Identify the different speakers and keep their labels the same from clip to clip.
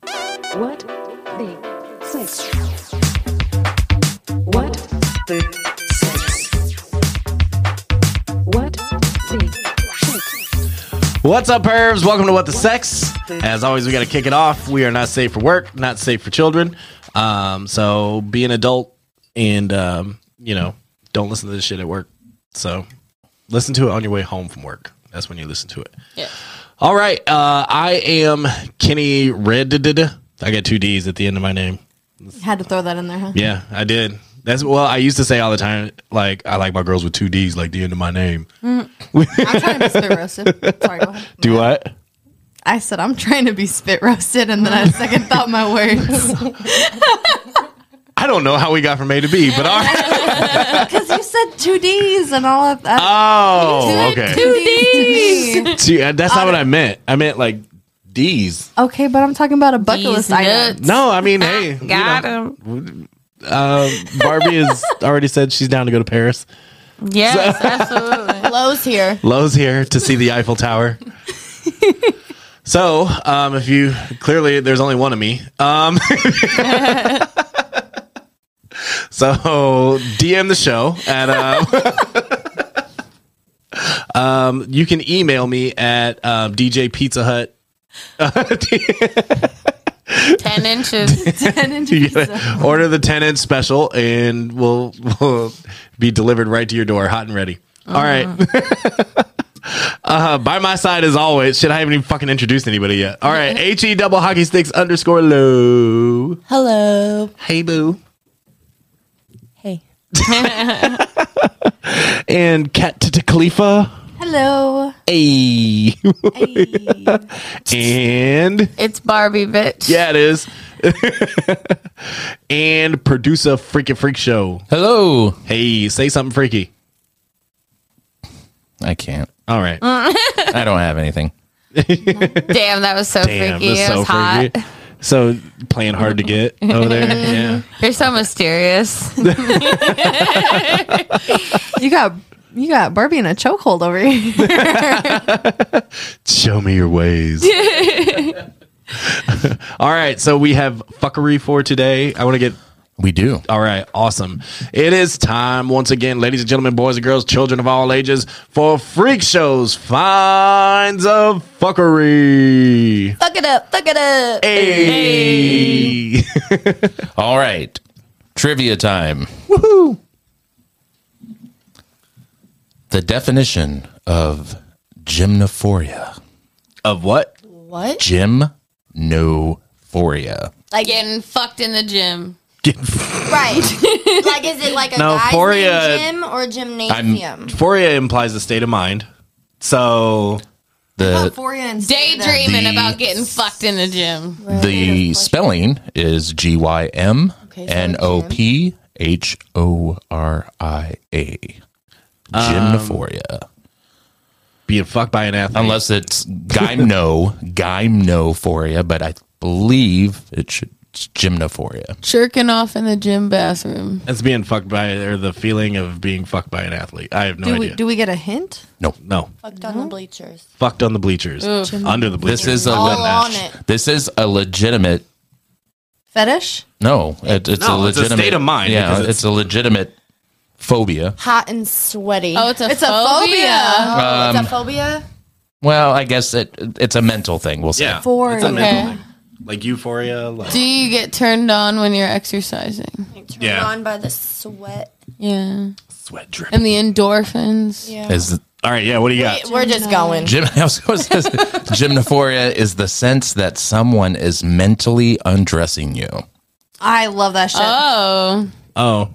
Speaker 1: What the six? What the six? What the six?
Speaker 2: What's up, pervs? Welcome to What the Sex. As always, we got to kick it off. We are not safe for work, not safe for children. Um, so be an adult and, um, you know, don't listen to this shit at work. So listen to it on your way home from work. That's when you listen to it.
Speaker 3: Yeah.
Speaker 2: All right. Uh, I am Kenny Red. I got two D's at the end of my name.
Speaker 3: Had to throw that in there, huh?
Speaker 2: Yeah, I did. That's well, I used to say all the time, like, I like my girls with two D's, like the end of my name.
Speaker 3: I'm trying to be spit roasted. Sorry, go ahead.
Speaker 2: Do what?
Speaker 3: I said I'm trying to be spit roasted, and then I second thought my words
Speaker 2: I don't know how we got from A to B, but all right.
Speaker 3: because you said two D's and all of that.
Speaker 2: Oh, okay.
Speaker 3: two Um, D's.
Speaker 2: See, uh, that's not what I meant. I meant like D's.
Speaker 3: okay, but I'm talking about a bucket
Speaker 4: These
Speaker 3: list item.
Speaker 4: nuts.
Speaker 2: No, I mean, hey, you
Speaker 4: Got
Speaker 2: know,
Speaker 4: him.
Speaker 2: Barbie has already said she's down to go to Paris.
Speaker 4: Yes, absolutely.
Speaker 3: Lowe's here.
Speaker 2: Lowe's here to see the Eiffel Tower. so, um, if you clearly there's only one of me. Um, so DM the show at. Uh, um, you can email me at uh, DJ Pizza Hut.
Speaker 4: Ten inches.
Speaker 3: Ten inches.
Speaker 2: You gotta order the ten inch special, and we'll, we'll be delivered right to your door, hot and ready. All right. uh, by my side, as always, shit, I haven't even fucking introduced anybody yet. All right, H E double hockey sticks underscore low.
Speaker 3: Hello.
Speaker 2: Hey boo,
Speaker 3: Hey.
Speaker 2: and Cat to Khalifa.
Speaker 3: Hello.
Speaker 2: Hey,
Speaker 3: Hey.
Speaker 2: and
Speaker 4: It's Barbie, bitch.
Speaker 2: yeah, it is. and producer freaking freak show.
Speaker 5: Hello.
Speaker 2: Hey, say something freaky.
Speaker 5: I can't.
Speaker 2: All right.
Speaker 5: I don't have anything.
Speaker 4: Damn, that was so
Speaker 2: Damn,
Speaker 4: freaky.
Speaker 2: that's
Speaker 4: It
Speaker 2: so
Speaker 4: was hot.
Speaker 2: freaky. So playing hard to get over there. Yeah.
Speaker 4: You're so mysterious.
Speaker 3: You got you got Barbie in a chokehold over here.
Speaker 2: Show me your ways. All right. So we have fuckery for today. I want to get.
Speaker 5: We do.
Speaker 2: All right. Awesome. It is time once again, ladies and gentlemen, boys and girls, children of all ages, for Freak Show's Finds of Fuckery.
Speaker 3: Fuck it up. Fuck it up.
Speaker 2: Hey.
Speaker 5: All right. Trivia time. Woohoo. The definition of gymnophoria.
Speaker 2: Of what?
Speaker 3: What?
Speaker 5: Gymnophoria.
Speaker 4: like getting fucked in the gym.
Speaker 6: Right. like, is it like a
Speaker 2: No,
Speaker 6: guy's
Speaker 2: Foria-
Speaker 6: name gym or gymnasium?
Speaker 2: Euphoria implies a state of mind. So
Speaker 3: Oh,
Speaker 5: The
Speaker 4: Daydreaming
Speaker 5: The-
Speaker 4: about getting fucked in the gym.
Speaker 5: the spelling is G Y M N O P H O R I A. Um, Gymnophoria.
Speaker 2: being fucked by an athlete.
Speaker 5: unless it's gymno gymnophoria, but I believe it should it's gymnophoria.
Speaker 4: Jerking off in the gym bathroom.
Speaker 2: It's being fucked by or the feeling of being fucked by an athlete. I have no
Speaker 3: Do we
Speaker 2: idea.
Speaker 3: do we get a hint?
Speaker 5: No,
Speaker 2: no.
Speaker 6: Fucked on the bleachers.
Speaker 2: Fucked on the bleachers. Under the bleachers.
Speaker 5: this is a
Speaker 6: All
Speaker 5: le-
Speaker 6: on it.
Speaker 5: this is a legitimate.
Speaker 3: Fetish?
Speaker 5: No, it, it's a
Speaker 2: No, it's a
Speaker 5: legitimate
Speaker 2: state of mind
Speaker 5: Yeah,
Speaker 2: because
Speaker 5: it's,
Speaker 2: it's-
Speaker 5: a legitimate phobia.
Speaker 6: Hot and sweaty.
Speaker 4: Oh, it's a
Speaker 3: It's a
Speaker 4: phobia.
Speaker 3: phobia.
Speaker 6: Oh,
Speaker 2: Um,
Speaker 6: it's a phobia?
Speaker 5: Well, I guess it it's a mental thing. We'll say.
Speaker 2: yeah.
Speaker 3: Euphoria.
Speaker 2: It's a mental
Speaker 4: Okay.
Speaker 2: thing. Like euphoria. Like,
Speaker 4: Do you get turned on when you're exercising?
Speaker 6: Turned
Speaker 2: Yeah.
Speaker 6: on by the sweat.
Speaker 4: Yeah.
Speaker 2: sweat drip.
Speaker 4: And the endorphins.
Speaker 6: Yeah.
Speaker 5: Is
Speaker 2: All right. Yeah. What do you got?
Speaker 6: We're just going.
Speaker 5: Gym, I was going to say, gymnophoria is the sense that someone is mentally undressing you.
Speaker 3: I love that shit.
Speaker 4: Oh.
Speaker 2: Oh.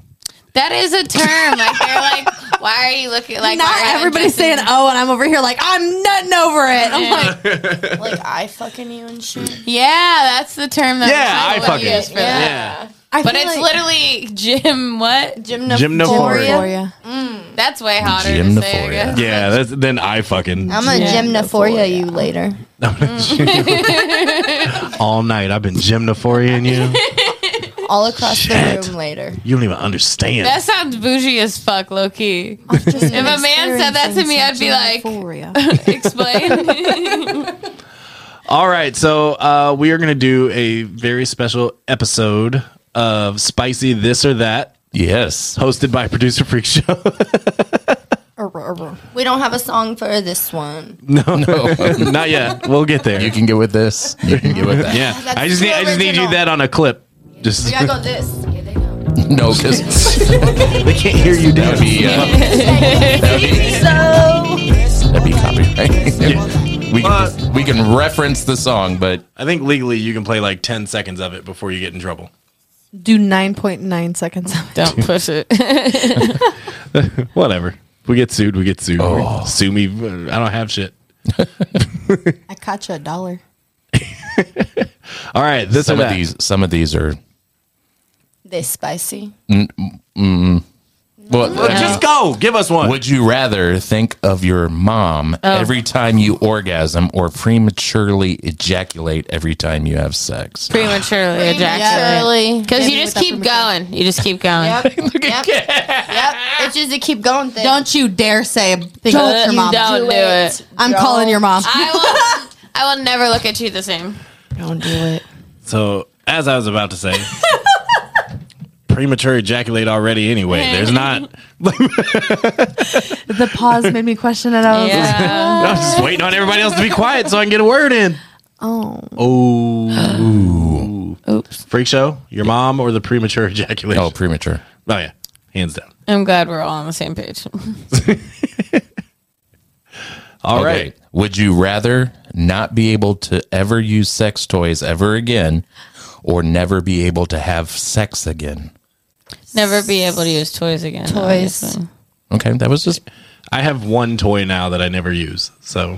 Speaker 4: That is a term. Like they're like, why are you looking like why
Speaker 3: Not
Speaker 4: are you
Speaker 3: everybody's
Speaker 4: dressing
Speaker 3: saying oh, and I'm over here like I'm nutting over it. I'm like,
Speaker 6: like, I fucking you and shit.
Speaker 4: Yeah, that's the term that
Speaker 2: Yeah.
Speaker 4: we
Speaker 2: I
Speaker 4: would
Speaker 2: fucking.
Speaker 4: use for
Speaker 2: Yeah.
Speaker 4: that.
Speaker 3: I
Speaker 4: But
Speaker 3: feel
Speaker 4: it's
Speaker 3: like
Speaker 4: literally gym what?
Speaker 2: Gymnophoria.
Speaker 3: Euphoria.
Speaker 4: That's way hotter to say, I
Speaker 5: Gymnophoria.
Speaker 4: guess.
Speaker 2: Yeah. That's, then I fucking.
Speaker 6: I'm gonna gymnophoria you later.
Speaker 3: Mm.
Speaker 2: all night. I've been gymnophoriaing you.
Speaker 6: All across
Speaker 2: Shit.
Speaker 6: the room later.
Speaker 2: You don't even understand.
Speaker 4: That sounds bougie as fuck, low key.
Speaker 6: Just
Speaker 4: If a man said that to me, I'd be like,
Speaker 3: Euphoria.
Speaker 4: explain.
Speaker 2: All right, so uh, we are going to do a very special episode of Spicy This or That,
Speaker 5: Yes.
Speaker 2: hosted by Producer Freak Show.
Speaker 3: We don't have a song for this one.
Speaker 2: Not yet. We'll get there.
Speaker 5: You can get with this. You can get with that.
Speaker 2: yeah,
Speaker 3: that's
Speaker 2: I just need I just need you
Speaker 3: original.
Speaker 2: that on a clip. Just
Speaker 3: I got this.
Speaker 5: No, because
Speaker 2: they can't hear you
Speaker 5: that'd
Speaker 2: down.
Speaker 5: be uh, that'd be copyright. we can we can reference the song, but
Speaker 2: I think legally you can play like ten seconds of it before you get in trouble.
Speaker 7: Do 9.9 seconds of it.
Speaker 4: Don't push it.
Speaker 2: Whatever. If we get sued. We get sued. Sue me. I don't have shit.
Speaker 7: I caught you a dollar.
Speaker 2: All right. This
Speaker 5: some
Speaker 2: or
Speaker 5: of
Speaker 2: that.
Speaker 5: these some of these are
Speaker 3: This spicy.
Speaker 5: well. uh,
Speaker 2: Just go. Give us one.
Speaker 5: Would you rather think of your mom every time you orgasm or prematurely ejaculate every time you have sex?
Speaker 4: Prematurely ejaculate.
Speaker 3: Surely.
Speaker 4: Because
Speaker 3: Hit
Speaker 4: you
Speaker 3: me with
Speaker 4: just
Speaker 3: that
Speaker 4: keep
Speaker 3: permission.
Speaker 4: going. You just keep going.
Speaker 3: Yep. It's just a keep going thing.
Speaker 7: Don't you dare say a thing about your
Speaker 4: you
Speaker 7: mom.
Speaker 4: don't do it.
Speaker 7: I'm calling your mom.
Speaker 4: I will. I will never look at you the same.
Speaker 7: don't do it.
Speaker 2: So, as I was about to say, premature ejaculate already anyway. There's not.
Speaker 7: The pause made me question it. I was like,
Speaker 4: Yeah.
Speaker 2: I'm just waiting on everybody else to be quiet so I can get a word in.
Speaker 7: oh.
Speaker 2: Oh.
Speaker 4: Oops.
Speaker 2: Freak show, your mom or the premature ejaculation?
Speaker 5: Oh, premature.
Speaker 2: Oh, yeah. Hands down.
Speaker 4: I'm glad we're all on the same page.
Speaker 2: All
Speaker 5: Okay.
Speaker 2: right.
Speaker 5: Would you rather not be able to ever use sex toys ever again or never be able to have sex again?
Speaker 4: Never be able to use toys again.
Speaker 3: Toys.
Speaker 4: obviously.
Speaker 5: Okay, that was just
Speaker 2: I have one toy now that I never use. So,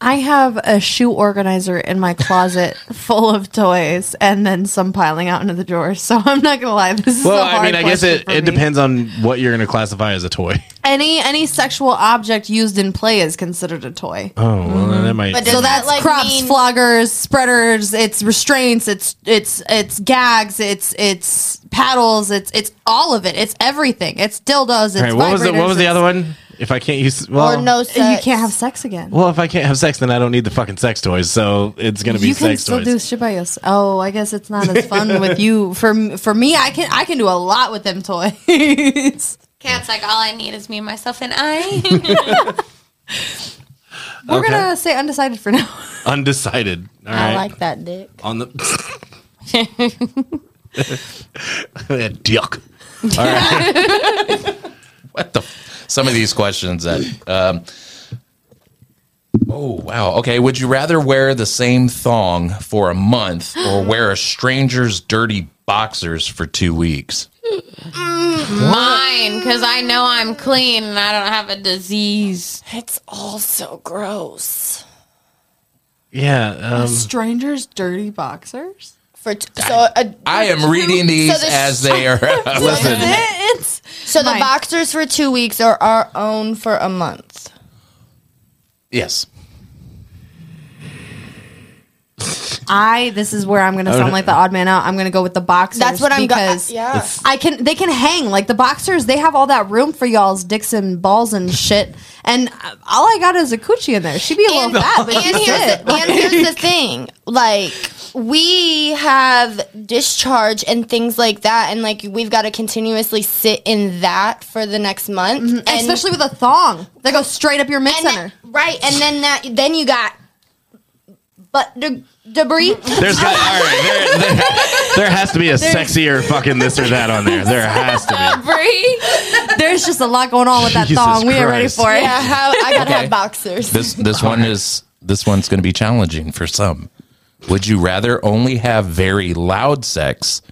Speaker 7: I have a shoe organizer in my closet full of toys and then some piling out into the drawers. So I'm not going to lie. This is
Speaker 2: well,
Speaker 7: a hard
Speaker 2: I mean, I guess
Speaker 7: question
Speaker 2: it,
Speaker 7: for
Speaker 2: it
Speaker 7: me.
Speaker 2: depends on what you're going to classify as a toy.
Speaker 7: Any any sexual object used in play is considered a toy.
Speaker 2: Oh, well,
Speaker 7: Mm-hmm.
Speaker 2: that might.
Speaker 3: But does
Speaker 7: so that's
Speaker 3: that, like
Speaker 7: props,
Speaker 3: mean-
Speaker 7: floggers, spreaders, it's restraints, it's it's it's gags, it's it's paddles, it's it's all of it. It's everything. It's dildos, it's
Speaker 2: All right, what was the what
Speaker 7: vibrators,
Speaker 2: was the
Speaker 7: it's-
Speaker 2: other one? If I can't use well,
Speaker 3: or no
Speaker 7: You
Speaker 3: sex.
Speaker 7: can't have sex again.
Speaker 2: Well, if I can't have sex, then I don't need the fucking sex toys. So it's gonna be
Speaker 7: you can
Speaker 2: sex
Speaker 7: still
Speaker 2: toys.
Speaker 7: do shit by yourself. Oh, I guess it's not as fun with you. For m- for me, I can I can do a lot with them toys.
Speaker 8: Cat's like, all I need is me, myself, and I.
Speaker 7: We're
Speaker 2: Okay.
Speaker 7: gonna say undecided for now.
Speaker 2: Undecided. All right.
Speaker 3: I like that dick.
Speaker 2: On the. that dick. All right.
Speaker 5: what the some of these questions that um Oh wow. Okay, would you rather wear the same thong for a month or wear a stranger's dirty boxers for 2 weeks?
Speaker 4: Mine, because I know I'm clean and I don't have a disease.
Speaker 3: It's all Oh, so gross.
Speaker 2: Yeah. Um,
Speaker 7: Strangers, dirty boxers.
Speaker 3: For t- so uh, a,
Speaker 5: I am reading these
Speaker 3: the sh-
Speaker 5: as they are.
Speaker 2: listen.
Speaker 7: It's
Speaker 3: so the
Speaker 7: Mine.
Speaker 3: boxers for two weeks or our own for a month.
Speaker 5: yes.
Speaker 7: I. This is where I'm
Speaker 2: Oh,
Speaker 7: gonna sound like the odd man out. I'm gonna go with the boxers.
Speaker 3: That's what I'm going.
Speaker 7: because
Speaker 3: Yeah.
Speaker 7: I can. They can hang like the boxers. They have all that room for y'all's dicks and balls and shit. And uh, all I got is a coochie in there. She'd be a little
Speaker 3: and,
Speaker 7: fat, but
Speaker 3: and
Speaker 7: she's
Speaker 3: here's
Speaker 7: it.
Speaker 3: the, and here's the thing like we have discharge and things like that and like we've got to continuously sit in that for the next month and,
Speaker 7: Especially with a thong that goes straight up your
Speaker 3: and that,
Speaker 7: midcenter.
Speaker 3: right and then that then you got but de- debris
Speaker 2: there's got, all right. There, there, there has to be a sexier fucking this or that on there. There has to be.
Speaker 4: Bree?
Speaker 7: There's just a lot going on with that
Speaker 2: Jesus
Speaker 7: thong. We ain't ready
Speaker 2: Christ.
Speaker 7: for it.
Speaker 3: yeah how, i gotta
Speaker 5: Okay.
Speaker 3: have boxers
Speaker 5: This this one is this one's going to be challenging for some. Would you rather only have very loud sex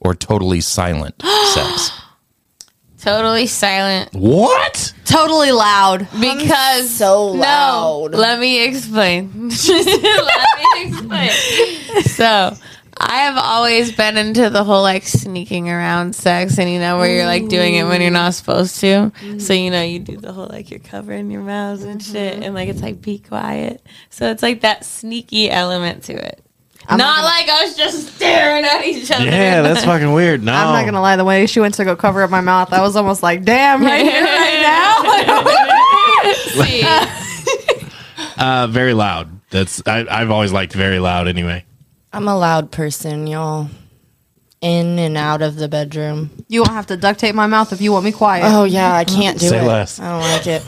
Speaker 5: or totally silent sex?
Speaker 4: Totally silent.
Speaker 2: What?
Speaker 7: Totally loud.
Speaker 4: Because
Speaker 3: so loud.
Speaker 4: No, let me explain. let me explain. So I have always been into the whole like sneaking around sex and you know where you're like doing it when you're not supposed to. So you know you do the whole like you're covering your mouths and shit and like it's like be quiet. So it's like that sneaky element to it. not like us just staring at each other.
Speaker 2: Yeah, that's fucking weird. No.
Speaker 7: I'm not gonna lie, the way she went to go cover up my mouth, I was almost like, damn, right here, right now.
Speaker 4: See?
Speaker 2: Uh, very loud. That's I, I've always liked very loud anyway.
Speaker 3: I'm a loud person, y'all. In and out of the bedroom.
Speaker 7: You won't have to duct tape my mouth if you want me quiet.
Speaker 3: Oh yeah, I can't do
Speaker 2: Say
Speaker 3: it.
Speaker 2: less.
Speaker 3: I don't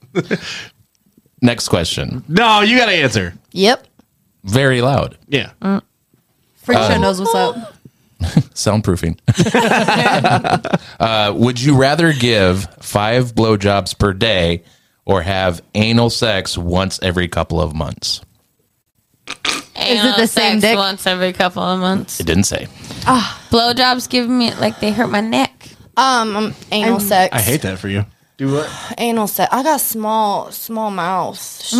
Speaker 3: like it.
Speaker 5: Next question.
Speaker 2: No, you got to answer.
Speaker 3: yep.
Speaker 5: Very loud.
Speaker 2: Yeah.
Speaker 7: Uh, Freak
Speaker 2: Uh,
Speaker 7: show knows what's up.
Speaker 5: Soundproofing. uh, would you rather give five blowjobs per day or have anal sex once every couple of months?
Speaker 4: Is
Speaker 7: it the same dick?
Speaker 4: Once every couple of months.
Speaker 5: It didn't say.
Speaker 4: Blowjobs give me like they hurt my neck.
Speaker 3: Um, um, anal sex.
Speaker 2: I hate that for you. Do what?
Speaker 3: anal sex. I got small, small mouth, sh-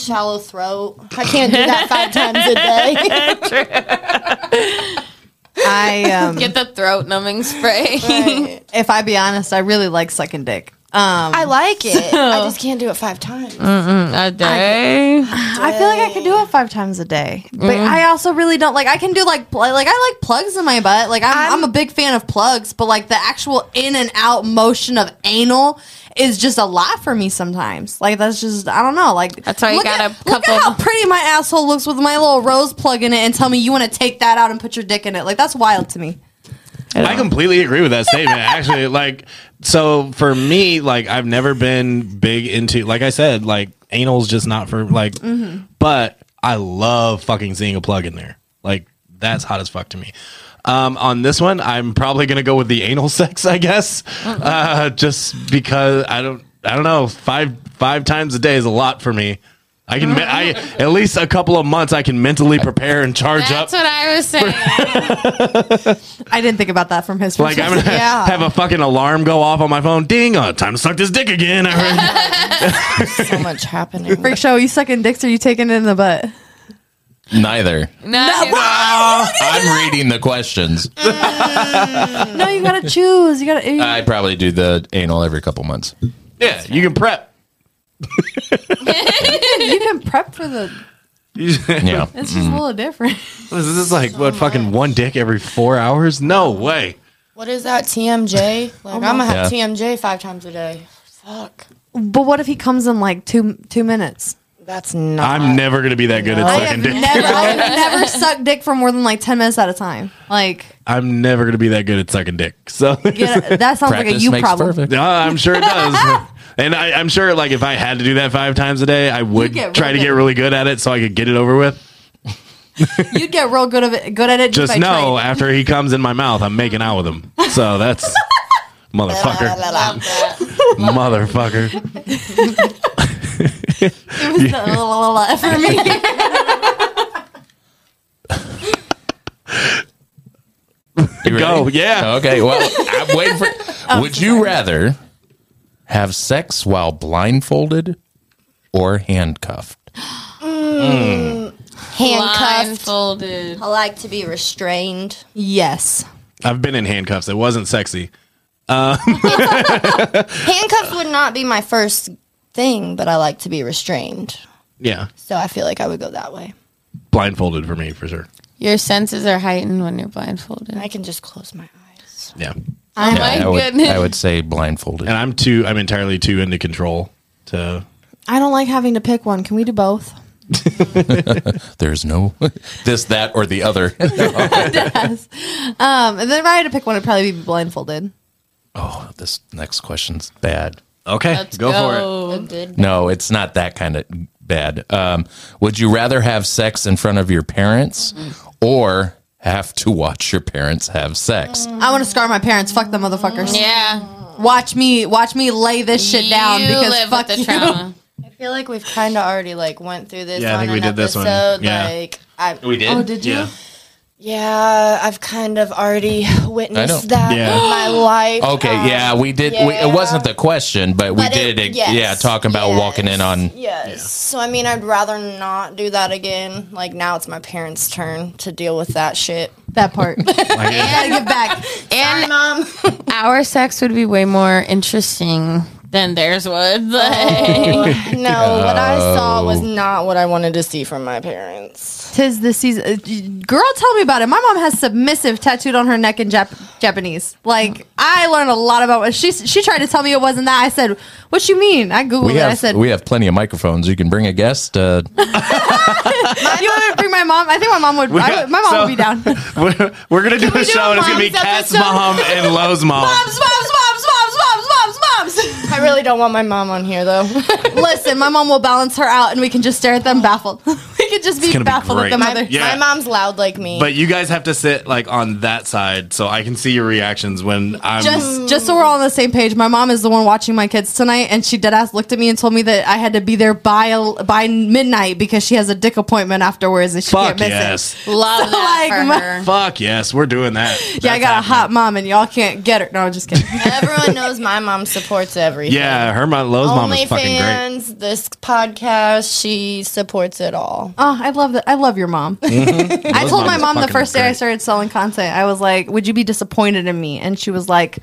Speaker 3: shallow throat. I can't do that five times a day.
Speaker 7: I um,
Speaker 4: Get the throat numbing spray.
Speaker 7: if I be honest, I really like sucking dick. Um,
Speaker 3: I like it. I Mm. just can't do it five times.
Speaker 4: a day.
Speaker 7: I feel like I could do it five times a day, but I also really don't like. I can do like pl- like I like plugs in my butt. Like I'm, I'm, a big fan of plugs, but like the actual in and out motion of anal is just a lot for me sometimes. Like that's just I don't know. Like
Speaker 4: That's why you
Speaker 7: look
Speaker 4: got
Speaker 7: at,
Speaker 4: a
Speaker 7: Look
Speaker 4: couple-
Speaker 7: at how pretty my asshole looks with my little rose plug in it, and tell me you want to take that out and put your dick in it. Like that's wild to me.
Speaker 2: I completely agree with that statement. Actually, like, so for me, like, I've never been big into, like I said, like, anal's just not for, like, but I love fucking seeing a plug in there. Like, that's hot as fuck to me. Um, on this one, I'm probably gonna go with the anal sex, I guess, uh, just because I don't, I don't know, five five times a day is a lot for me. I can, me- I at least a couple of months, I can mentally prepare and charge up.
Speaker 4: That's what I was saying.
Speaker 7: I didn't think about that from his
Speaker 2: Like I'm
Speaker 7: perspective.
Speaker 2: gonna have a fucking alarm go off on my phone. Ding! Oh, time to suck this dick again. I heard.
Speaker 3: so much happening.
Speaker 7: Freak show, you sucking dicks or you taking it in the butt?
Speaker 5: Neither.
Speaker 4: No, Oh,
Speaker 5: I'm reading the questions.
Speaker 7: No, you gotta choose. You gotta. You,
Speaker 5: I probably do the anal every couple months.
Speaker 2: yeah, you can prep.
Speaker 7: you can prep for the.
Speaker 5: Yeah.
Speaker 7: It's
Speaker 2: Mm-hmm.
Speaker 7: just a little different.
Speaker 2: This is like what fucking one dick every four hours? No way.
Speaker 3: What is that TMJ? Like I'm gonna have
Speaker 5: Yeah.
Speaker 3: TMJ five times a day. Fuck.
Speaker 7: But what if he comes in like two two minutes?
Speaker 3: That's not.
Speaker 2: I'm never gonna be that good at
Speaker 7: I
Speaker 2: Oh. sucking
Speaker 7: have
Speaker 2: dick.
Speaker 7: never, I have never sucked dick for more than like ten minutes at a time. Like
Speaker 2: I'm never gonna be that good at sucking dick. So
Speaker 7: get, that sounds like a
Speaker 5: Practice
Speaker 7: you
Speaker 5: makes
Speaker 7: problem.
Speaker 5: perfect.
Speaker 2: No, I'm sure it does. And I, I'm sure, like, if I had to do that five times a day, I would
Speaker 7: get
Speaker 2: try to
Speaker 7: really
Speaker 2: get
Speaker 7: good.
Speaker 2: really good at it so I could get it over with.
Speaker 7: You'd get real good of it, good at it.
Speaker 2: Just
Speaker 7: by
Speaker 2: know,
Speaker 7: training.
Speaker 2: after he comes in my mouth, I'm making out with him. So that's motherfucker, motherfucker.
Speaker 7: It was the la, la, la, la for me.
Speaker 5: You ready?
Speaker 2: Go, yeah.
Speaker 5: Okay. Well, I'm waiting for.
Speaker 4: Oh,
Speaker 5: would you rather have sex while blindfolded or handcuffed?
Speaker 3: handcuffed.
Speaker 4: blindfolded.
Speaker 3: I like to be restrained.
Speaker 7: yes,
Speaker 2: I've been in handcuffs. It wasn't sexy.
Speaker 3: Handcuffs would not be my first thing, but I like to be restrained.
Speaker 2: Yeah,
Speaker 3: So I feel like I would go that way.
Speaker 2: blindfolded for me for sure.
Speaker 4: Your senses are heightened when you're blindfolded.
Speaker 3: I can just close my eyes.
Speaker 2: Yeah,
Speaker 4: oh my
Speaker 5: I would,
Speaker 4: goodness.
Speaker 5: I would say blindfolded.
Speaker 2: and I'm too. I'm entirely too into control to.
Speaker 7: I don't like having to pick one. Can we do both?
Speaker 5: There's no this, that, or the other.
Speaker 7: Um, and then if I had to pick one, it'd probably be blindfolded.
Speaker 5: oh, this next question's bad.
Speaker 2: Okay, go, for it.
Speaker 4: for
Speaker 5: No, it's not that kind of bad. Um, would you rather have sex in front of your parents or have to watch your parents have sex?
Speaker 7: I want to scar my parents. Fuck them motherfuckers.
Speaker 4: Yeah.
Speaker 7: Watch me, watch me lay this shit down
Speaker 4: you
Speaker 7: because
Speaker 4: live
Speaker 7: fuck
Speaker 4: with the
Speaker 7: you.
Speaker 4: trauma.
Speaker 3: I feel like we've kind of already like went through this.
Speaker 2: Yeah, I
Speaker 3: on
Speaker 2: think we
Speaker 3: an
Speaker 2: did this one.
Speaker 3: episode.
Speaker 2: Yeah.
Speaker 3: Like I,
Speaker 2: did.
Speaker 7: Oh, did you? Yeah.
Speaker 3: yeah, I've kind of already witnessed that
Speaker 2: Yeah.
Speaker 3: in my life.
Speaker 5: Okay,
Speaker 3: Um,
Speaker 5: yeah, we did. We,
Speaker 3: yeah.
Speaker 5: it wasn't the question, but we
Speaker 3: But
Speaker 5: did.
Speaker 3: it-
Speaker 5: It,
Speaker 3: yes,
Speaker 5: yeah, talking about
Speaker 3: yes,
Speaker 5: walking in on.
Speaker 3: Yes. So I mean, I'd rather not do that again. Like now, it's my parents' turn to deal with that shit.
Speaker 7: That part. I gotta give back.
Speaker 3: And mom,
Speaker 4: Our sex would be way more interesting then there's what. Like,
Speaker 3: No, what I saw
Speaker 5: Oh.
Speaker 3: was not what I wanted to see from my parents.
Speaker 7: Tis the season. uh, y- Girl, tell me about it. My mom has submissive tattooed on her neck in Jap- Japanese. Like I learned a lot about what she she tried to tell me it wasn't that. I said, "What you mean?" I googled
Speaker 5: We
Speaker 7: it.
Speaker 5: have
Speaker 7: I said,
Speaker 5: we have plenty of microphones. You can bring a guest. Uh,
Speaker 7: "You want to bring my mom?" I think my mom would. I would- my mom
Speaker 2: so-
Speaker 7: would be down. moms,
Speaker 2: We're, we're gonna do a
Speaker 7: we do
Speaker 2: show,
Speaker 7: a
Speaker 2: and it's gonna be
Speaker 7: mom's
Speaker 2: Cat's
Speaker 7: episode?
Speaker 2: mom and Lowe's mom.
Speaker 7: moms, moms, moms, moms, moms, moms.
Speaker 3: I really don't want my mom on here though.
Speaker 7: Listen, my mom will balance her out, and we can just stare at them baffled. we can just be
Speaker 2: gonna be
Speaker 7: baffled
Speaker 2: great.
Speaker 7: at the
Speaker 2: My-
Speaker 7: mother.
Speaker 2: Yeah.
Speaker 3: My mom's loud like me.
Speaker 2: But you guys have to sit like on that side, so I can see your reactions when I'm.
Speaker 7: Just, just so we're all on the same page, my mom is the one watching my kids tonight, and she dead ass looked at me and told me that I had to be there by el- by midnight because she has a dick appointment afterwards and she
Speaker 2: fuck
Speaker 7: can't miss
Speaker 2: yes,
Speaker 4: love that
Speaker 7: Like
Speaker 4: for
Speaker 7: my-
Speaker 4: her.
Speaker 2: fuck yes, we're doing that.
Speaker 7: it. Yeah, I
Speaker 2: That's
Speaker 7: got a
Speaker 2: happening.
Speaker 7: hot mom, and y'all can't get her. No, I'm just kidding.
Speaker 3: Everyone knows my mom supports everything.
Speaker 2: Yeah, her mom, Lowe's mom is fucking great.
Speaker 3: OnlyFans, this podcast, she supports it all.
Speaker 7: oh, I love that. I love your mom. I told my
Speaker 2: is
Speaker 7: mom the
Speaker 2: fucking
Speaker 7: first day I
Speaker 2: great.
Speaker 7: started selling content, I was like, "Would you be disappointed in me?" And she was like.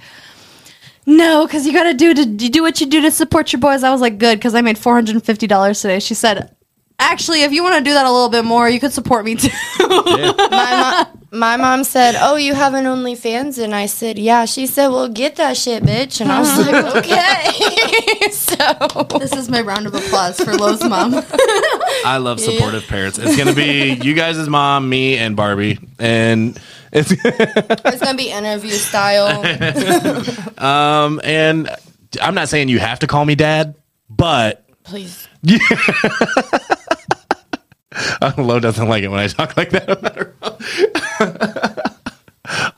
Speaker 7: No, because you gotta do to you do what you do to support your boys. I was like, good, because I made four hundred and fifty dollars today. She said, actually, if you want to do that a little bit more, you could support me too.
Speaker 3: My, mo- my mom said, Oh, you have an OnlyFans? And I said, Yeah. She said, Well, get that shit, bitch. And I was like,
Speaker 2: Uh-huh.
Speaker 3: Okay. so
Speaker 7: This is my round of applause for Lowe's mom.
Speaker 2: I love supportive parents. It's gonna be you guys' mom, me, and Barbie, and it's
Speaker 3: it's going to be interview style.
Speaker 2: um and I'm not saying you have to call me dad, but
Speaker 3: Please.
Speaker 2: Uh, Lo doesn't like it when I talk like that. About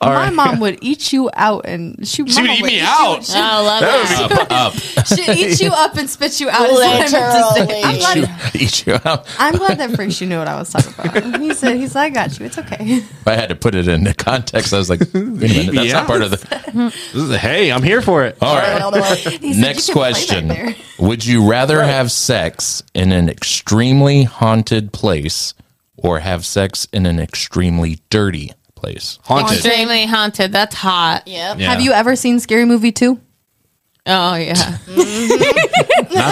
Speaker 2: her.
Speaker 7: my mom would eat you out, and she,
Speaker 2: She would
Speaker 7: mama
Speaker 2: eat me
Speaker 7: you-
Speaker 2: out.
Speaker 4: Oh, love that.
Speaker 5: up, up,
Speaker 7: She'd eat you up and spit you out. is what I meant to say.
Speaker 3: Literally.
Speaker 7: I'm glad,
Speaker 5: you, eat you out.
Speaker 7: I'm glad that Freaks, you knew what I was talking about. He said, "He said I got you. It's okay."
Speaker 5: If I had to put it into context, I was like, wait a minute, that's
Speaker 2: Yeah.
Speaker 5: not part of the.
Speaker 2: This is- hey, I'm here for it. Oh,
Speaker 5: All right.
Speaker 7: He said,
Speaker 5: Next
Speaker 7: "You can play that
Speaker 5: question.
Speaker 7: there."
Speaker 5: Would you rather have sex in an extremely haunted place or have sex in an extremely dirty place?
Speaker 2: Haunted.
Speaker 4: Extremely haunted. That's hot.
Speaker 3: Yep.
Speaker 2: Yeah.
Speaker 7: Have you ever seen Scary Movie Two?
Speaker 4: Oh yeah.
Speaker 2: Not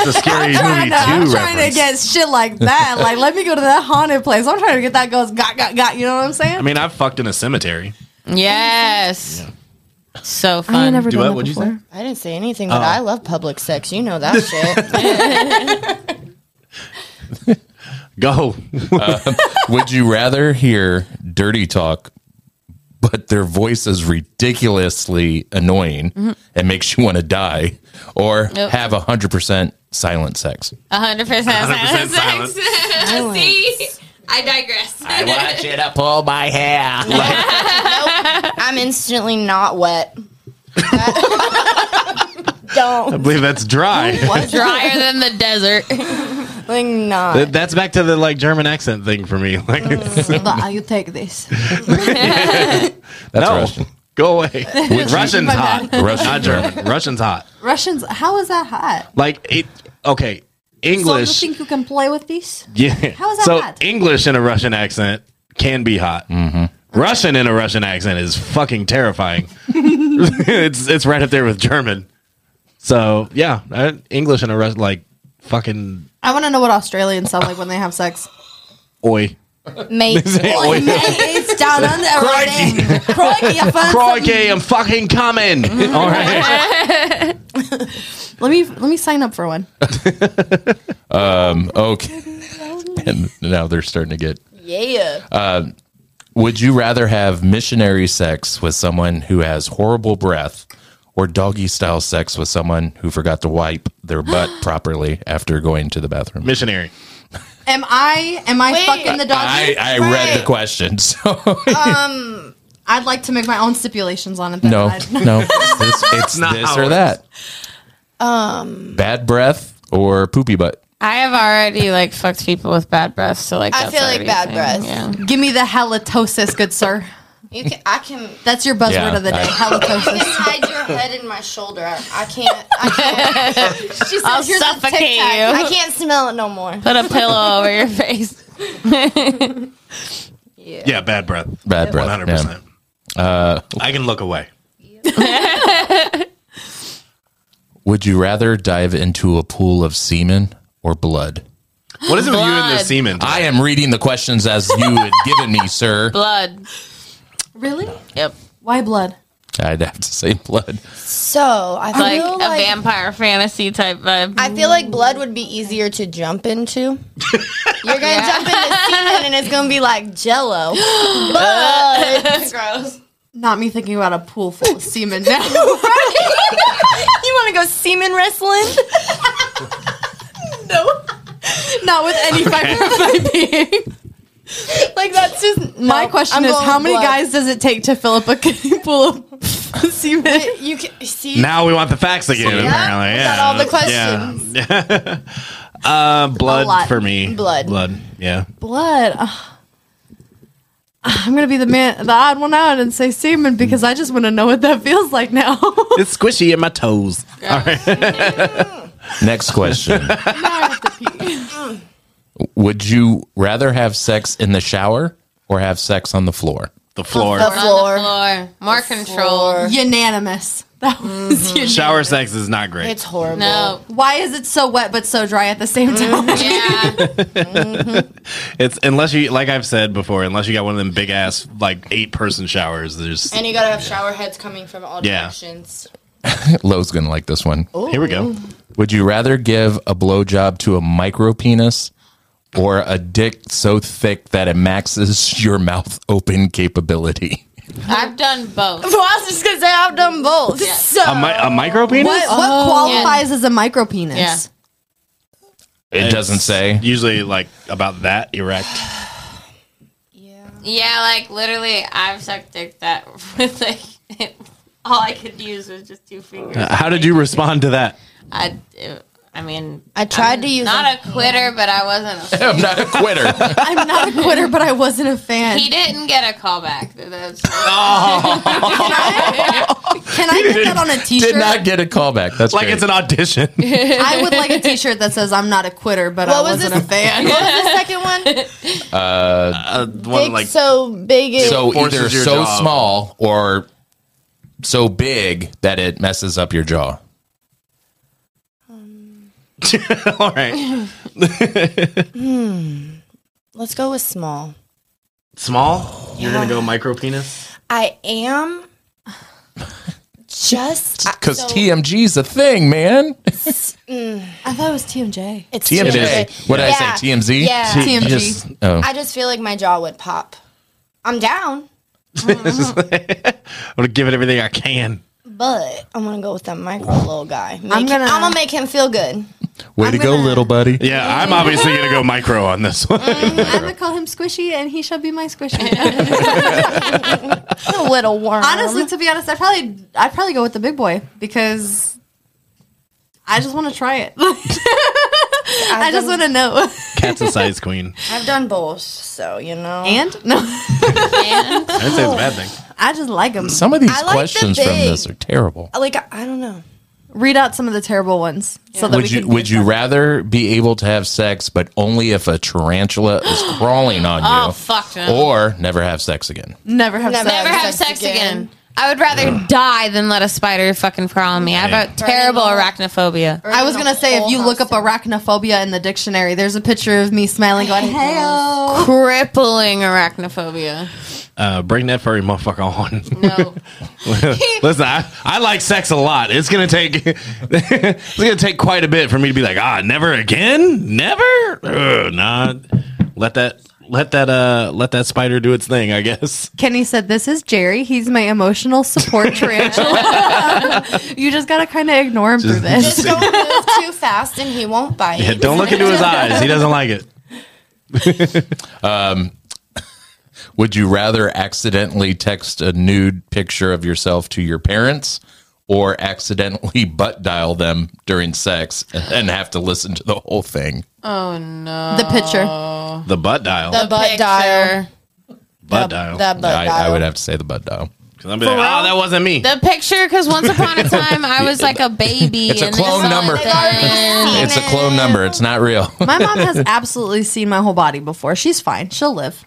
Speaker 2: the scary
Speaker 7: Trying
Speaker 2: movie
Speaker 7: to, I'm
Speaker 2: too.
Speaker 7: trying to
Speaker 2: reference.
Speaker 7: get shit like that. Like, let me go to that haunted place. I'm trying to get that goes got got got. You know what I'm saying?
Speaker 2: I mean, I've fucked in a cemetery.
Speaker 4: Yes. So
Speaker 7: I
Speaker 4: fun.
Speaker 2: Do what? What'd you say?
Speaker 3: I didn't say anything, but I love public sex. You know that shit.
Speaker 2: Go.
Speaker 5: Would you rather hear dirty talk, but their voice is ridiculously annoying
Speaker 7: Mm-hmm.
Speaker 5: and makes you want to die, or
Speaker 4: Nope.
Speaker 5: have a hundred percent silent sex?
Speaker 4: hundred percent
Speaker 2: 100%
Speaker 4: silence. See, I digress.
Speaker 5: watch it up all my hair.
Speaker 3: I'm instantly not wet. Don't.
Speaker 2: I believe that's dry.
Speaker 4: Drier than the desert.
Speaker 3: Like not.
Speaker 2: That- That's back to the like German accent thing for me. Like,
Speaker 7: Mm.
Speaker 2: it's-
Speaker 7: But you take this.
Speaker 5: That's
Speaker 2: no,
Speaker 5: Russian.
Speaker 2: go away.
Speaker 5: Would you,
Speaker 2: Russian's hot.
Speaker 5: Russian,
Speaker 2: Not German. Russian's hot.
Speaker 7: Russians, how is that hot?
Speaker 2: Like it. Okay,
Speaker 7: So
Speaker 2: English.
Speaker 7: you think you can play with these?
Speaker 2: yeah.
Speaker 7: How is that
Speaker 2: so
Speaker 7: hot?
Speaker 2: English in a Russian accent can be hot. Russian in a Russian accent is fucking terrifying. it's it's right up there with German. So yeah, uh, English in a Russian like fucking
Speaker 7: I want to know what Australians sound like when they have sex.
Speaker 2: oi.
Speaker 3: Mate.
Speaker 2: Oi.
Speaker 7: it's down under
Speaker 2: Crikey.
Speaker 7: everything. Crikey, I found
Speaker 2: Crikey, I'm fucking coming. All right.
Speaker 7: some- Let me let me sign up for one.
Speaker 5: Okay. And now they're starting to get.
Speaker 3: Yeah.
Speaker 5: Would you rather have missionary sex with someone who has horrible breath or doggy style sex with someone who forgot to wipe their butt properly after going to the bathroom?
Speaker 2: Missionary.
Speaker 7: Am I am I fucking the dog?
Speaker 5: I, I read the question. So
Speaker 7: I'd like to make my own stipulations on it. then.
Speaker 5: no,
Speaker 7: I'd-
Speaker 5: no, it's this, it's
Speaker 2: Not
Speaker 5: this
Speaker 2: how
Speaker 5: or
Speaker 2: it
Speaker 5: that. Um, bad breath or poopy butt.
Speaker 4: I have already like fucked people with bad breath, so like
Speaker 3: I
Speaker 4: that's
Speaker 3: feel like
Speaker 4: already a
Speaker 3: bad
Speaker 4: thing.
Speaker 3: breath.
Speaker 4: Yeah.
Speaker 7: Give me the halitosis, good sir.
Speaker 3: You can, I can
Speaker 7: That's your buzzword
Speaker 5: Yeah,
Speaker 7: of the day.
Speaker 5: I-
Speaker 7: halitosis.
Speaker 3: hide your head in my shoulder. I, I can't. I can't.
Speaker 7: She said,
Speaker 4: I'll
Speaker 7: "Here's a
Speaker 4: suffocate
Speaker 7: tic-tac."
Speaker 4: you.
Speaker 3: I can't smell it no more.
Speaker 4: Put a pillow over your face.
Speaker 2: Yeah, bad breath.
Speaker 5: Bad breath.
Speaker 2: One hundred
Speaker 5: yeah.
Speaker 2: percent. I can look away.
Speaker 5: Would you rather dive into a pool of semen or blood?
Speaker 2: What is it with you and the
Speaker 4: Blood.
Speaker 2: semen?
Speaker 5: I am reading the questions as you had given me, sir.
Speaker 4: Blood.
Speaker 7: Really?
Speaker 4: Yep.
Speaker 7: Why blood?
Speaker 5: I'd have to say blood.
Speaker 3: So I feel
Speaker 4: Like
Speaker 3: like,
Speaker 4: a vampire fantasy type vibe.
Speaker 3: I feel like blood would be easier to jump into. You're gonna jump into semen and it's gonna be like jello. But
Speaker 7: Not me thinking about a pool full of semen now.
Speaker 3: you wanna go semen wrestling?
Speaker 7: Not with any fiber of my being.
Speaker 3: Like that's just
Speaker 7: My
Speaker 3: no,
Speaker 7: question
Speaker 3: I'm
Speaker 7: is
Speaker 3: going
Speaker 7: how many
Speaker 3: blood.
Speaker 7: guys does it take to fill up a pool of semen?
Speaker 3: you can see
Speaker 2: now we want the facts again. apparently,
Speaker 3: we
Speaker 2: yeah.
Speaker 3: got all the questions.
Speaker 2: Yeah. uh, blood
Speaker 3: lot.
Speaker 2: for me.
Speaker 3: Blood.
Speaker 2: Blood. Yeah.
Speaker 7: blood. Ugh. I'm gonna be the man, the odd one out, and say semen because I just want to know what that feels like now.
Speaker 2: It's squishy in my toes.
Speaker 5: Next question. Would you rather have sex in the shower or have sex on the floor?
Speaker 2: The floor.
Speaker 3: the floor.
Speaker 4: floor. More control.
Speaker 3: floor.
Speaker 7: Unanimous. That was unanimous.
Speaker 2: Shower sex is not great.
Speaker 3: It's horrible.
Speaker 4: No.
Speaker 7: Why is it so wet but so dry at the same time?
Speaker 4: Yeah.
Speaker 2: It's unless you, like I've said before, unless you got one of them big ass like eight person showers. There's
Speaker 3: And you gotta have shower heads coming from all
Speaker 2: Yeah.
Speaker 3: directions.
Speaker 5: Lowe's gonna like this one.
Speaker 2: here we go.
Speaker 5: Would you rather give a blowjob to a micro penis or a dick so thick that it maxes your mouth open capability?
Speaker 4: I've done both.
Speaker 3: Well, I was just gonna say I've done both. So
Speaker 2: A, mi- a micro penis.
Speaker 7: What, what qualifies as a micro penis?
Speaker 4: Yeah.
Speaker 5: It doesn't say.
Speaker 2: Usually, like about that erect.
Speaker 4: Yeah, like literally, I've sucked dick that with like all I could use was just two fingers.
Speaker 2: How did you respond to that?
Speaker 4: I, it- I mean,
Speaker 3: I tried to use
Speaker 4: not a quitter, but I wasn't. A,
Speaker 5: I'm not a quitter.
Speaker 7: I'm not a quitter, but I wasn't a fan.
Speaker 4: he didn't get a call back. That's,
Speaker 7: Can I get that on a t-shirt?
Speaker 5: Did not get a callback. That's
Speaker 2: Like
Speaker 5: great.
Speaker 2: it's an audition.
Speaker 7: I would like a t-shirt that says I'm not a quitter, but I
Speaker 3: What was
Speaker 7: wasn't
Speaker 3: this-
Speaker 7: a fan.
Speaker 3: the second one. Dick
Speaker 2: uh, one like
Speaker 3: so big it
Speaker 5: so
Speaker 2: forces
Speaker 5: either
Speaker 2: your
Speaker 5: so
Speaker 2: jaw.
Speaker 5: small or so big that it messes up your jaw.
Speaker 2: all right,
Speaker 3: Let's go with small.
Speaker 2: small. You're gonna go micro penis.
Speaker 3: I am just
Speaker 5: Because
Speaker 3: so-
Speaker 5: TMG's a thing, man.
Speaker 7: I thought it was TMJ.
Speaker 3: It's
Speaker 5: TMJ. What did
Speaker 3: Yeah.
Speaker 5: I say? TMZ?
Speaker 3: Yeah.
Speaker 5: T-
Speaker 7: TMG.
Speaker 5: just- oh.
Speaker 3: I just feel like my jaw would pop. I'm down,
Speaker 2: I'm gonna give it everything I can.
Speaker 3: but I'm gonna go with that micro little guy. Make
Speaker 7: I'm
Speaker 3: him-
Speaker 7: gonna-
Speaker 3: I'm gonna make him feel good.
Speaker 5: Way to go, little buddy.
Speaker 2: Yeah, I'm obviously gonna go micro on this one.
Speaker 7: I'm gonna call him Squishy, and he shall be my Squishy.
Speaker 3: A little worm.
Speaker 7: Honestly, to be honest, I probably I'd probably go with the big boy because I just want to try it. I just want to know.
Speaker 2: Cat's a size queen.
Speaker 3: I've done both, so you know.
Speaker 7: And no,
Speaker 2: I didn't say it's a bad thing.
Speaker 7: I just like them.
Speaker 5: Some of these
Speaker 3: I like the
Speaker 5: questions from
Speaker 3: big.
Speaker 5: this are terrible.
Speaker 3: like I, I don't know.
Speaker 7: Read out some of the terrible ones so that
Speaker 5: Would
Speaker 7: we
Speaker 5: you
Speaker 7: can
Speaker 5: would you rather be able to have sex, but only if a tarantula is crawling on you,
Speaker 4: oh fuck no.
Speaker 5: or never have sex again?
Speaker 3: Mm.
Speaker 7: never have
Speaker 3: Never.
Speaker 7: sex.
Speaker 4: Never have sex again. I would rather die than let a spider fucking crawl on me. I have a terrible arachnophobia.
Speaker 7: I was gonna say if you look up arachnophobia in the dictionary, there's a picture of me smiling, going "Hey."
Speaker 4: Oh. Crippling arachnophobia.
Speaker 2: Uh, bring that furry motherfucker on.
Speaker 4: No.
Speaker 2: Listen, I, I like sex a lot. It's gonna take it's gonna take quite a bit for me to be like, ah, never again, never. Ugh, nah, let that let that uh let that spider do its thing. I guess.
Speaker 7: Kenny said, "This is Jerry. He's my emotional support tarantula. you just gotta kind of ignore him through this."
Speaker 3: Just don't move too fast, and he won't bite.
Speaker 2: Yeah, don't look into his eyes. He doesn't like it.
Speaker 5: Would you rather accidentally text a nude picture of yourself to your parents, or accidentally butt dial them during sex and then have to listen to the whole thing?
Speaker 4: Oh no.
Speaker 7: the picture.
Speaker 2: The butt dial.
Speaker 3: The butt dial.
Speaker 2: butt dial.
Speaker 3: That butt
Speaker 5: I,
Speaker 3: dial.
Speaker 5: I would have to say the butt dial.
Speaker 2: 'Cause I'm be like, oh, that wasn't me.
Speaker 4: The picture, because once upon a time I was like a baby.
Speaker 5: It's a
Speaker 4: and they
Speaker 5: clone
Speaker 4: saw
Speaker 5: number.
Speaker 4: it there.
Speaker 5: It's a clone number. It's not real.
Speaker 7: My mom has absolutely seen my whole body before. She's fine. She'll live.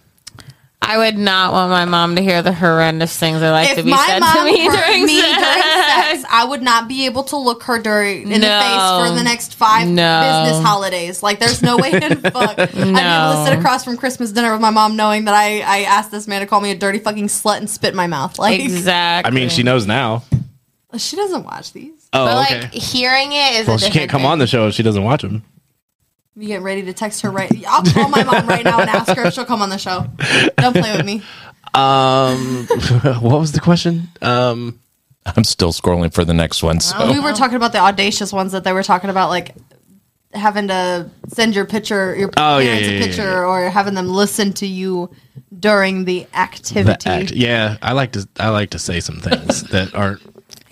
Speaker 4: I would not want my mom to hear the horrendous things I like to
Speaker 7: if
Speaker 4: be
Speaker 7: my
Speaker 4: said
Speaker 7: mom
Speaker 4: to me
Speaker 7: hurt
Speaker 4: during
Speaker 7: me
Speaker 4: sex.
Speaker 7: during sex, I would not be able to look her during in the
Speaker 4: No.
Speaker 7: face for the next five
Speaker 4: No.
Speaker 7: business holidays. Like, there's no way in fuck I'd be able to sit across from Christmas dinner with my mom knowing that I, I asked this man to call me a dirty fucking slut and spit in my mouth. Like,
Speaker 4: Exactly.
Speaker 2: I mean, she knows now.
Speaker 7: she doesn't watch these.
Speaker 2: Oh,
Speaker 8: But
Speaker 2: okay.
Speaker 8: like hearing it is.
Speaker 2: well,
Speaker 8: a
Speaker 2: she
Speaker 8: different
Speaker 2: can't come
Speaker 8: thing.
Speaker 2: on the show if she doesn't watch them.
Speaker 7: You get ready to text her right. I'll call my mom right now and ask her if she'll come on the show. Don't play with me.
Speaker 2: Um, what was the question? Um,
Speaker 5: I'm still scrolling for the next one. So
Speaker 7: We
Speaker 2: Uh-huh.
Speaker 7: were talking about the audacious ones that they were talking about, like having to send your picture, your
Speaker 2: Oh, yeah,
Speaker 7: parents
Speaker 2: yeah,
Speaker 7: a
Speaker 2: yeah,
Speaker 7: picture, or having them listen to you during the
Speaker 2: the
Speaker 7: activity.
Speaker 2: act. Yeah, I like to I like to say some things that aren't.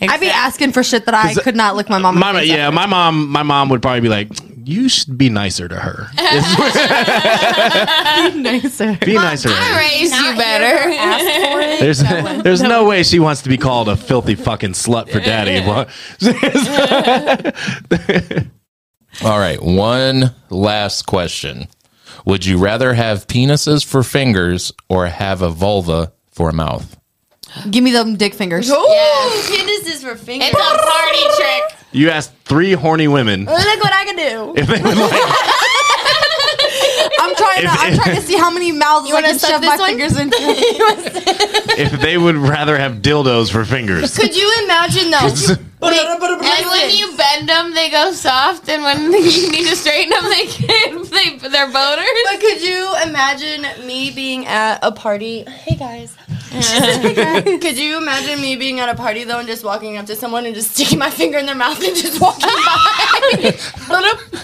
Speaker 7: I'd be asking for shit that I could not look my mom. in the
Speaker 2: My
Speaker 7: face
Speaker 2: yeah,
Speaker 7: after.
Speaker 2: my mom my mom would probably be like, "You should be nicer to her.
Speaker 7: nicer.
Speaker 2: Be nicer." To her.
Speaker 4: raised you better.
Speaker 2: There's there's no way she wants to be called a filthy fucking slut for daddy. What?
Speaker 5: All right, one last question. Would you rather have penises for fingers or have a vulva for a mouth?
Speaker 7: Give me them dick fingers.
Speaker 3: Penises for fingers.
Speaker 8: It's a party trick.
Speaker 2: you asked three horny women
Speaker 3: Look what I can do.
Speaker 2: if they would like.
Speaker 7: I'm trying. To,
Speaker 2: If-
Speaker 7: I'm trying to see how many mouths I
Speaker 3: wanna
Speaker 7: can
Speaker 3: suck
Speaker 7: shove
Speaker 3: this one?
Speaker 7: my fingers into.
Speaker 2: if they would rather have dildos for fingers.
Speaker 3: Could you imagine though?
Speaker 4: And when you bend them, they go soft, and when you need to straighten them, they can. They they're boners.
Speaker 3: But could you imagine me being at a party? Hey guys. could you imagine me being at a party though and just walking up to someone and just sticking my finger in their mouth and just walking by?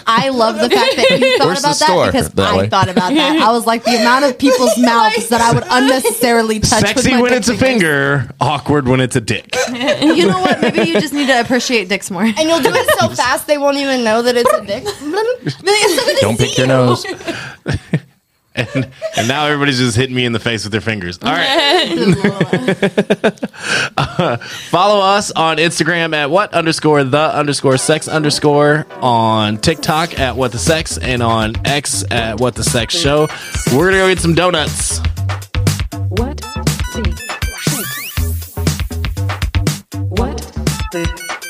Speaker 7: I love the fact that you thought
Speaker 5: Where's the
Speaker 7: about that
Speaker 5: store
Speaker 7: because
Speaker 5: that
Speaker 7: I
Speaker 5: way?
Speaker 7: thought about that. I was like the amount of people's mouths that I would unnecessarily touch. with
Speaker 2: Sexy
Speaker 7: my
Speaker 2: when
Speaker 7: dick
Speaker 2: it's a
Speaker 7: fingers.
Speaker 2: finger, awkward when it's a dick.
Speaker 7: You know what? Maybe you just need to appreciate dicks more.
Speaker 3: and you'll do it so fast they won't even know that it's a dick.
Speaker 5: Don't pick your nose.
Speaker 2: and, and now everybody's just hitting me in the face with their fingers. All right. Uh, follow us on Instagram at what underscore the underscore sex underscore on TikTok at what the sex and on X at what the sex show. We're gonna go get some donuts.
Speaker 1: What the sex? What the